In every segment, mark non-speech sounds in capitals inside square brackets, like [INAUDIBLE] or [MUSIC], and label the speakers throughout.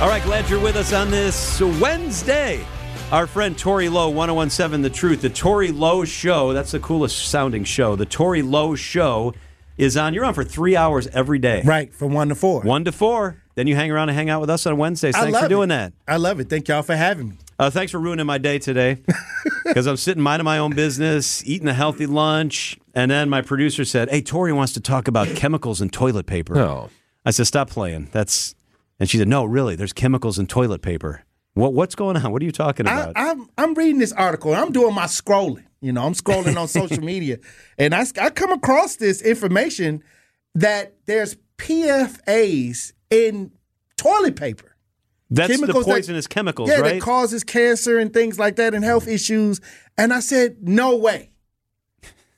Speaker 1: All right, glad you're with us on this Wednesday. Our friend Tori Lowe, 1017 The Truth, the Tori Lowe Show, that's the coolest sounding show. The Tori Lowe Show is on, you're on for three hours every day.
Speaker 2: Right, from one to four.
Speaker 1: One to four. Then you hang around and hang out with us on Wednesdays. Thanks for doing
Speaker 2: it.
Speaker 1: that.
Speaker 2: I love it. Thank y'all for having me.
Speaker 1: Uh, thanks for ruining my day
Speaker 2: [LAUGHS]
Speaker 1: today because I'm sitting minding my own business, eating a healthy lunch, and then my producer said, "Hey, Tori wants to talk about chemicals and toilet paper."
Speaker 3: No.
Speaker 1: I said, "Stop playing." That's, and she said, "No, really, there's chemicals in toilet paper. What what's going on? What are you talking
Speaker 2: I,
Speaker 1: about?"
Speaker 2: I'm I'm reading this article. and I'm doing my scrolling. You know, I'm
Speaker 1: [LAUGHS]
Speaker 2: scrolling on social media, and I, I come across this information that there's PFAs in toilet paper.
Speaker 1: That's the
Speaker 2: chemicals that-
Speaker 1: poisonous chemicals,
Speaker 2: yeah,
Speaker 1: right?
Speaker 2: that causes cancer and things like that and health issues. And I said, no way.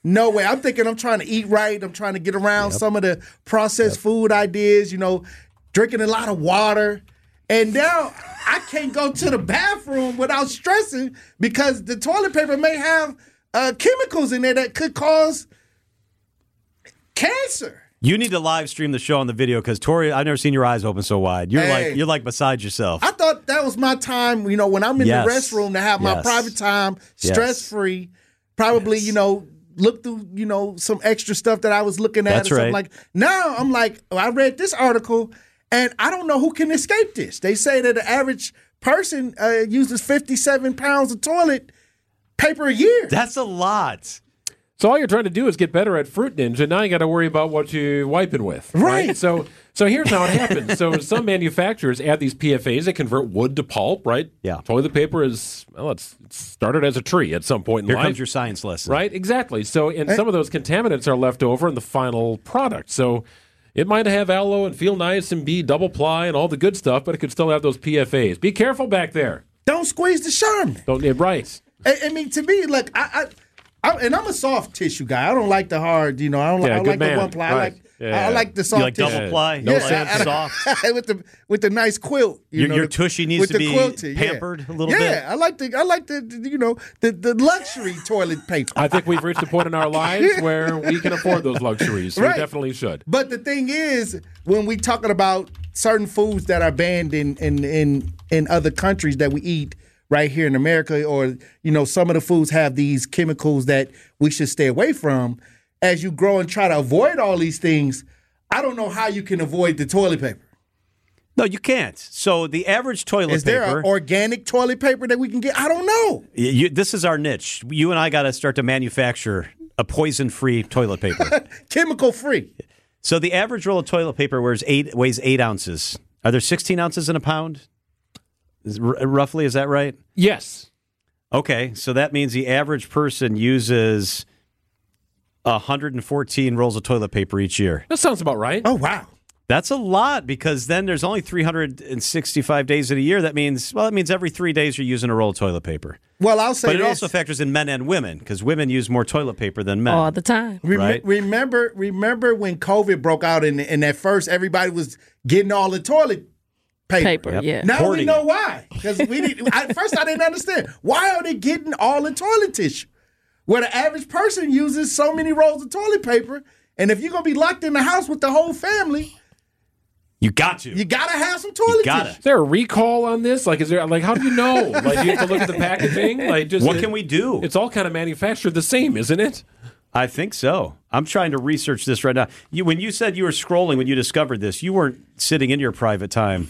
Speaker 2: No way. I'm thinking I'm trying to eat right. I'm trying to get around some of the processed food ideas, you know, drinking a lot of water. And now I can't go to the bathroom without stressing because the toilet paper may have uh, chemicals in there that could cause cancer.
Speaker 1: you need to live stream the show on the video because Tori, I've never seen your eyes open so wide. You're
Speaker 2: Hey.
Speaker 1: like you're like beside yourself.
Speaker 2: I thought that was my time, you know, when I'm in
Speaker 1: Yes.
Speaker 2: the restroom to have my
Speaker 1: Yes.
Speaker 2: private time,
Speaker 1: Yes.
Speaker 2: stress free, probably, you know, look through, you know, some extra stuff that I was looking at
Speaker 1: That's
Speaker 2: or something
Speaker 1: right.
Speaker 2: like now I'm like, oh, I read this article and I don't know who can escape this. They say that the average person uh, uses 57 pounds of toilet paper a year.
Speaker 1: That's a lot.
Speaker 3: So all you're trying to do is get better at Fruit Ninja. and Now you got to worry about what you wiping with, right?
Speaker 2: Right.
Speaker 3: So so here's how it
Speaker 1: [LAUGHS]
Speaker 3: happens. So some manufacturers add these PFAs that convert wood to pulp, right?
Speaker 1: Yeah.
Speaker 3: Toilet paper is well, it's, it started as a tree at some point in
Speaker 1: Here
Speaker 3: life.
Speaker 1: comes your science lesson.
Speaker 3: Right, exactly. So, and some of those contaminants are left over in the final product. So, it might have aloe and feel nice and be double ply and all the good stuff, but it could still have those PFAs. Be careful back there.
Speaker 2: Don't squeeze the Charmin.
Speaker 3: Don't eh, yeah, right.
Speaker 2: I, I mean, to me, like I, I, I, and I'm a soft tissue guy. I don't like the hard. You know, I don't like.
Speaker 3: Yeah,
Speaker 2: I
Speaker 3: good
Speaker 2: like
Speaker 3: man.
Speaker 2: the one ply. I
Speaker 3: Right.
Speaker 2: like.
Speaker 3: Yeah.
Speaker 2: I, I like the
Speaker 1: You
Speaker 2: soft.
Speaker 1: like
Speaker 2: tissue.
Speaker 1: double ply?
Speaker 3: Yeah.
Speaker 1: No
Speaker 3: Yeah,
Speaker 1: sense.
Speaker 2: [LAUGHS] I- I-
Speaker 1: soft.
Speaker 2: with the with the nice quilt. You
Speaker 1: Your-
Speaker 2: know,
Speaker 1: your
Speaker 2: the-
Speaker 1: tushy needs
Speaker 2: with
Speaker 1: to
Speaker 2: the
Speaker 1: be
Speaker 2: quilting, yeah.
Speaker 1: pampered a little
Speaker 2: yeah,
Speaker 1: bit.
Speaker 2: I like the I like the the- you know the the luxury toilet paper.
Speaker 3: I think we've reached a point
Speaker 1: [LAUGHS]
Speaker 3: in our lives where we can afford those luxuries.
Speaker 2: Right.
Speaker 3: We definitely should.
Speaker 2: But the thing is, when we talking about certain foods that are banned in in in in other countries that we eat right here in America, or you know, some of the foods have these chemicals that we should stay away from. As you grow and try to avoid all these things, I don't know how you can avoid the toilet paper.
Speaker 1: No, you can't. So the average toilet
Speaker 2: Is
Speaker 1: paper
Speaker 2: there an organic toilet paper that we can get? I don't know.
Speaker 1: Y- You, this is our niche. You and I got to start to manufacture a poison-free toilet paper.
Speaker 2: Chemical free.
Speaker 1: so the average roll of toilet paper weighs eight weighs eight ounces. Are there sixteen ounces in a pound? Is, r- roughly, is that right?
Speaker 3: Yes.
Speaker 1: Okay, so that means the average person uses hundred and fourteen rolls of toilet paper each year.
Speaker 3: That sounds about right.
Speaker 2: Oh wow.
Speaker 1: That's a lot because then there's only three hundred and sixty-five days in a year. That means well, that means every three days you're using a roll of toilet paper.
Speaker 2: Well, I'll say
Speaker 1: But it
Speaker 2: this.
Speaker 1: also factors in men and women because women use more toilet paper
Speaker 4: [LAUGHS]
Speaker 1: than men.
Speaker 4: all the time.
Speaker 2: Rem-
Speaker 1: Right.
Speaker 2: Remember, remember when COVID broke out, and, and at first everybody was getting all the toilet paper.
Speaker 4: Paper,
Speaker 1: Yep.
Speaker 4: yeah.
Speaker 2: Now
Speaker 1: Hoarding
Speaker 2: we know
Speaker 1: it.
Speaker 2: why. Because we didn't. At first, I didn't understand why are they getting all the toilet tissue, where the average person uses so many rolls of toilet paper, and if you're gonna be locked in the house with the whole family,
Speaker 1: You got to.
Speaker 2: you gotta have some toilet
Speaker 1: gotta.
Speaker 2: tissue.
Speaker 3: Is there a recall on this? Like, is there like how do
Speaker 1: [LAUGHS]
Speaker 3: you know? Like, you have to look at the packaging. Like, just
Speaker 1: What can we do?
Speaker 3: It's all kind of manufactured the same, isn't it?
Speaker 1: I think so. I'm trying to research this right now. You, when you said you were scrolling when you discovered this, you weren't sitting in your private
Speaker 2: [LAUGHS]
Speaker 1: time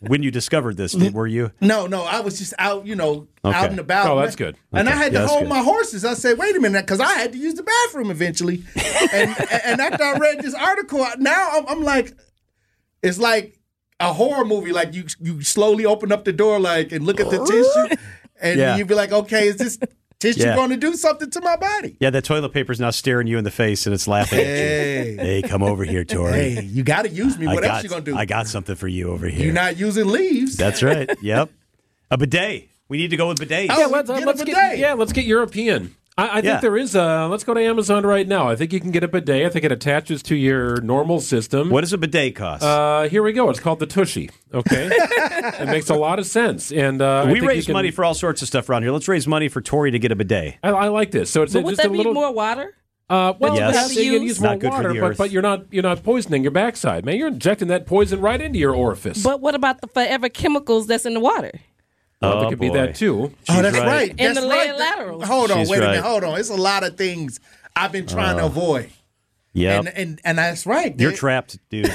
Speaker 1: when you discovered this, were you?
Speaker 2: No, no, I was just out, you know,
Speaker 1: Okay.
Speaker 2: out and about.
Speaker 3: Oh, that's good.
Speaker 2: And I
Speaker 1: Okay.
Speaker 2: had
Speaker 1: Yeah,
Speaker 2: to
Speaker 1: that's
Speaker 2: hold
Speaker 1: good.
Speaker 2: my horses. I said, wait a minute, because I had to use the bathroom eventually.
Speaker 1: [LAUGHS]
Speaker 2: and, and after I read this article, I- now I'm, I'm like, it's like a horror movie. Like you, you slowly open up the door, like and look at the tissue, and
Speaker 1: Yeah.
Speaker 2: you'd be like, okay, is this tissue
Speaker 1: Yeah.
Speaker 2: going to do something to my body?
Speaker 1: Yeah, that toilet paper's now staring you in the face and it's laughing at you.
Speaker 2: Hey,
Speaker 1: Hey, come over here, Tori.
Speaker 2: hey, you got to use me.
Speaker 1: I,
Speaker 2: What
Speaker 1: got,
Speaker 2: else you gonna do?
Speaker 1: I got something for you over here.
Speaker 2: You're not using leaves.
Speaker 1: That's right. Yep. A bidet. We need to go with bidets.
Speaker 2: Oh,
Speaker 3: Yeah, let's, uh,
Speaker 2: Get a
Speaker 3: let's
Speaker 2: bidet.
Speaker 3: get yeah, let's get European. I, I think
Speaker 1: Yeah.
Speaker 3: there is a. Let's go to Amazon right now. I think you can get a bidet. I think it attaches to your normal system.
Speaker 1: What does a bidet cost?
Speaker 3: Uh, here we go. It's called the Tushy.
Speaker 1: [LAUGHS]
Speaker 3: Okay, it makes a lot of sense. And uh, I
Speaker 1: we
Speaker 3: think you
Speaker 1: raise
Speaker 3: can-
Speaker 1: money for all sorts of stuff around here. Let's raise money for Tori to get a bidet.
Speaker 3: I, I like this. So it's
Speaker 4: But
Speaker 3: just
Speaker 4: would that
Speaker 3: a
Speaker 4: be
Speaker 3: little.
Speaker 4: more water?
Speaker 3: Uh, well,
Speaker 1: Yes.
Speaker 3: yes, you can
Speaker 4: Use.
Speaker 3: use more
Speaker 1: Not good for
Speaker 3: water,
Speaker 1: the
Speaker 3: but,
Speaker 1: earth.
Speaker 3: but you're not you're not poisoning your backside, man. You're injecting that poison right into your orifice.
Speaker 4: But what about the forever chemicals that's in the water?
Speaker 3: Well,
Speaker 1: Oh,
Speaker 3: it could be
Speaker 1: boy.
Speaker 3: that too.
Speaker 2: Oh, that's
Speaker 1: right.
Speaker 2: right.
Speaker 4: And
Speaker 2: That's
Speaker 4: the
Speaker 2: right. That-
Speaker 4: lateral laterals.
Speaker 2: Hold on,
Speaker 1: She's
Speaker 2: wait a
Speaker 1: right. Uh.
Speaker 2: minute. Hold on. It's a lot of things I've been trying to avoid.
Speaker 1: Yeah.
Speaker 2: And, and and that's right.
Speaker 1: You're
Speaker 2: dude.
Speaker 1: trapped, dude.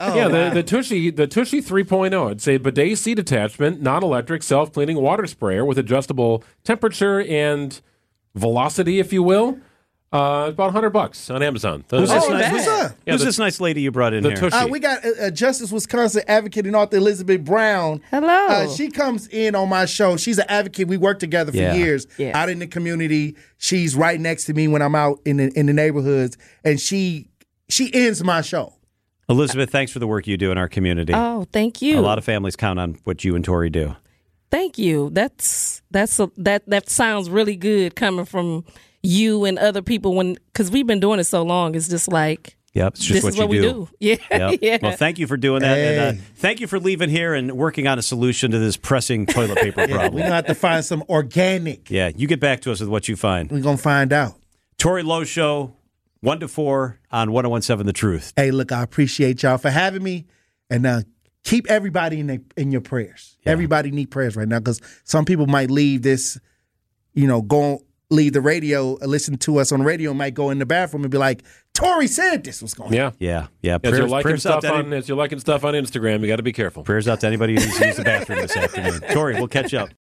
Speaker 2: Oh,
Speaker 3: yeah, the, the Tushy the Tushy 3.0. It's a bidet seat attachment, non-electric, self-cleaning water sprayer with adjustable temperature and velocity, if you will. Uh, about 100 bucks on Amazon. The-
Speaker 1: Who's this
Speaker 2: Oh,
Speaker 1: nice-
Speaker 2: that's what's up.
Speaker 3: Yeah,
Speaker 1: Who's
Speaker 3: the-
Speaker 1: this nice lady you brought in
Speaker 3: the
Speaker 1: here?
Speaker 3: Tushy.
Speaker 2: Uh, we got uh, uh, Justice Wisconsin advocate and author Elizabeth Brown.
Speaker 4: Hello.
Speaker 2: Uh, she comes in on my show. She's an advocate. We worked together for
Speaker 1: Yeah.
Speaker 2: years
Speaker 4: Yeah.
Speaker 2: out in the community. She's right next to me when I'm out in the, in the neighborhoods, and she she ends my show.
Speaker 1: Elizabeth, thanks for the work you do in our community.
Speaker 4: Oh, thank
Speaker 1: a
Speaker 4: you.
Speaker 1: lot of families count on what you and Tori do.
Speaker 4: thank you. That's that's a, that that sounds really good coming from you and other people when because we've been doing it so long. It's just like
Speaker 1: Yep, it's just
Speaker 4: this is what
Speaker 1: you
Speaker 4: we do. [LAUGHS] Yeah,
Speaker 1: Yep.
Speaker 4: yeah.
Speaker 1: Well, thank you for doing that, and uh,
Speaker 2: Hey.
Speaker 1: thank you for leaving here and working on a solution to this pressing toilet
Speaker 4: [LAUGHS]
Speaker 1: paper
Speaker 2: We're
Speaker 1: problem.
Speaker 2: gonna have to find some organic.
Speaker 1: yeah, you get back to us with what you find.
Speaker 2: We're gonna find out.
Speaker 1: Tori Lowe Show, one to four on 1017 The Truth.
Speaker 2: Hey, look, I appreciate y'all for having me, and uh, keep everybody in their in your prayers. Everybody need prayers right now because some people might leave this, you know, go leave the radio, uh, listen to us on the radio, and might go in the bathroom and be like, "Tori said this was going."
Speaker 3: yeah.
Speaker 1: Yeah, yeah.
Speaker 3: As you're
Speaker 1: prayers-
Speaker 3: liking
Speaker 1: prayers out
Speaker 3: stuff
Speaker 1: to any-
Speaker 3: on as you're liking stuff on Instagram, you got to be careful.
Speaker 1: prayers out to anybody who needs to use the bathroom this afternoon. Tori, we'll catch up.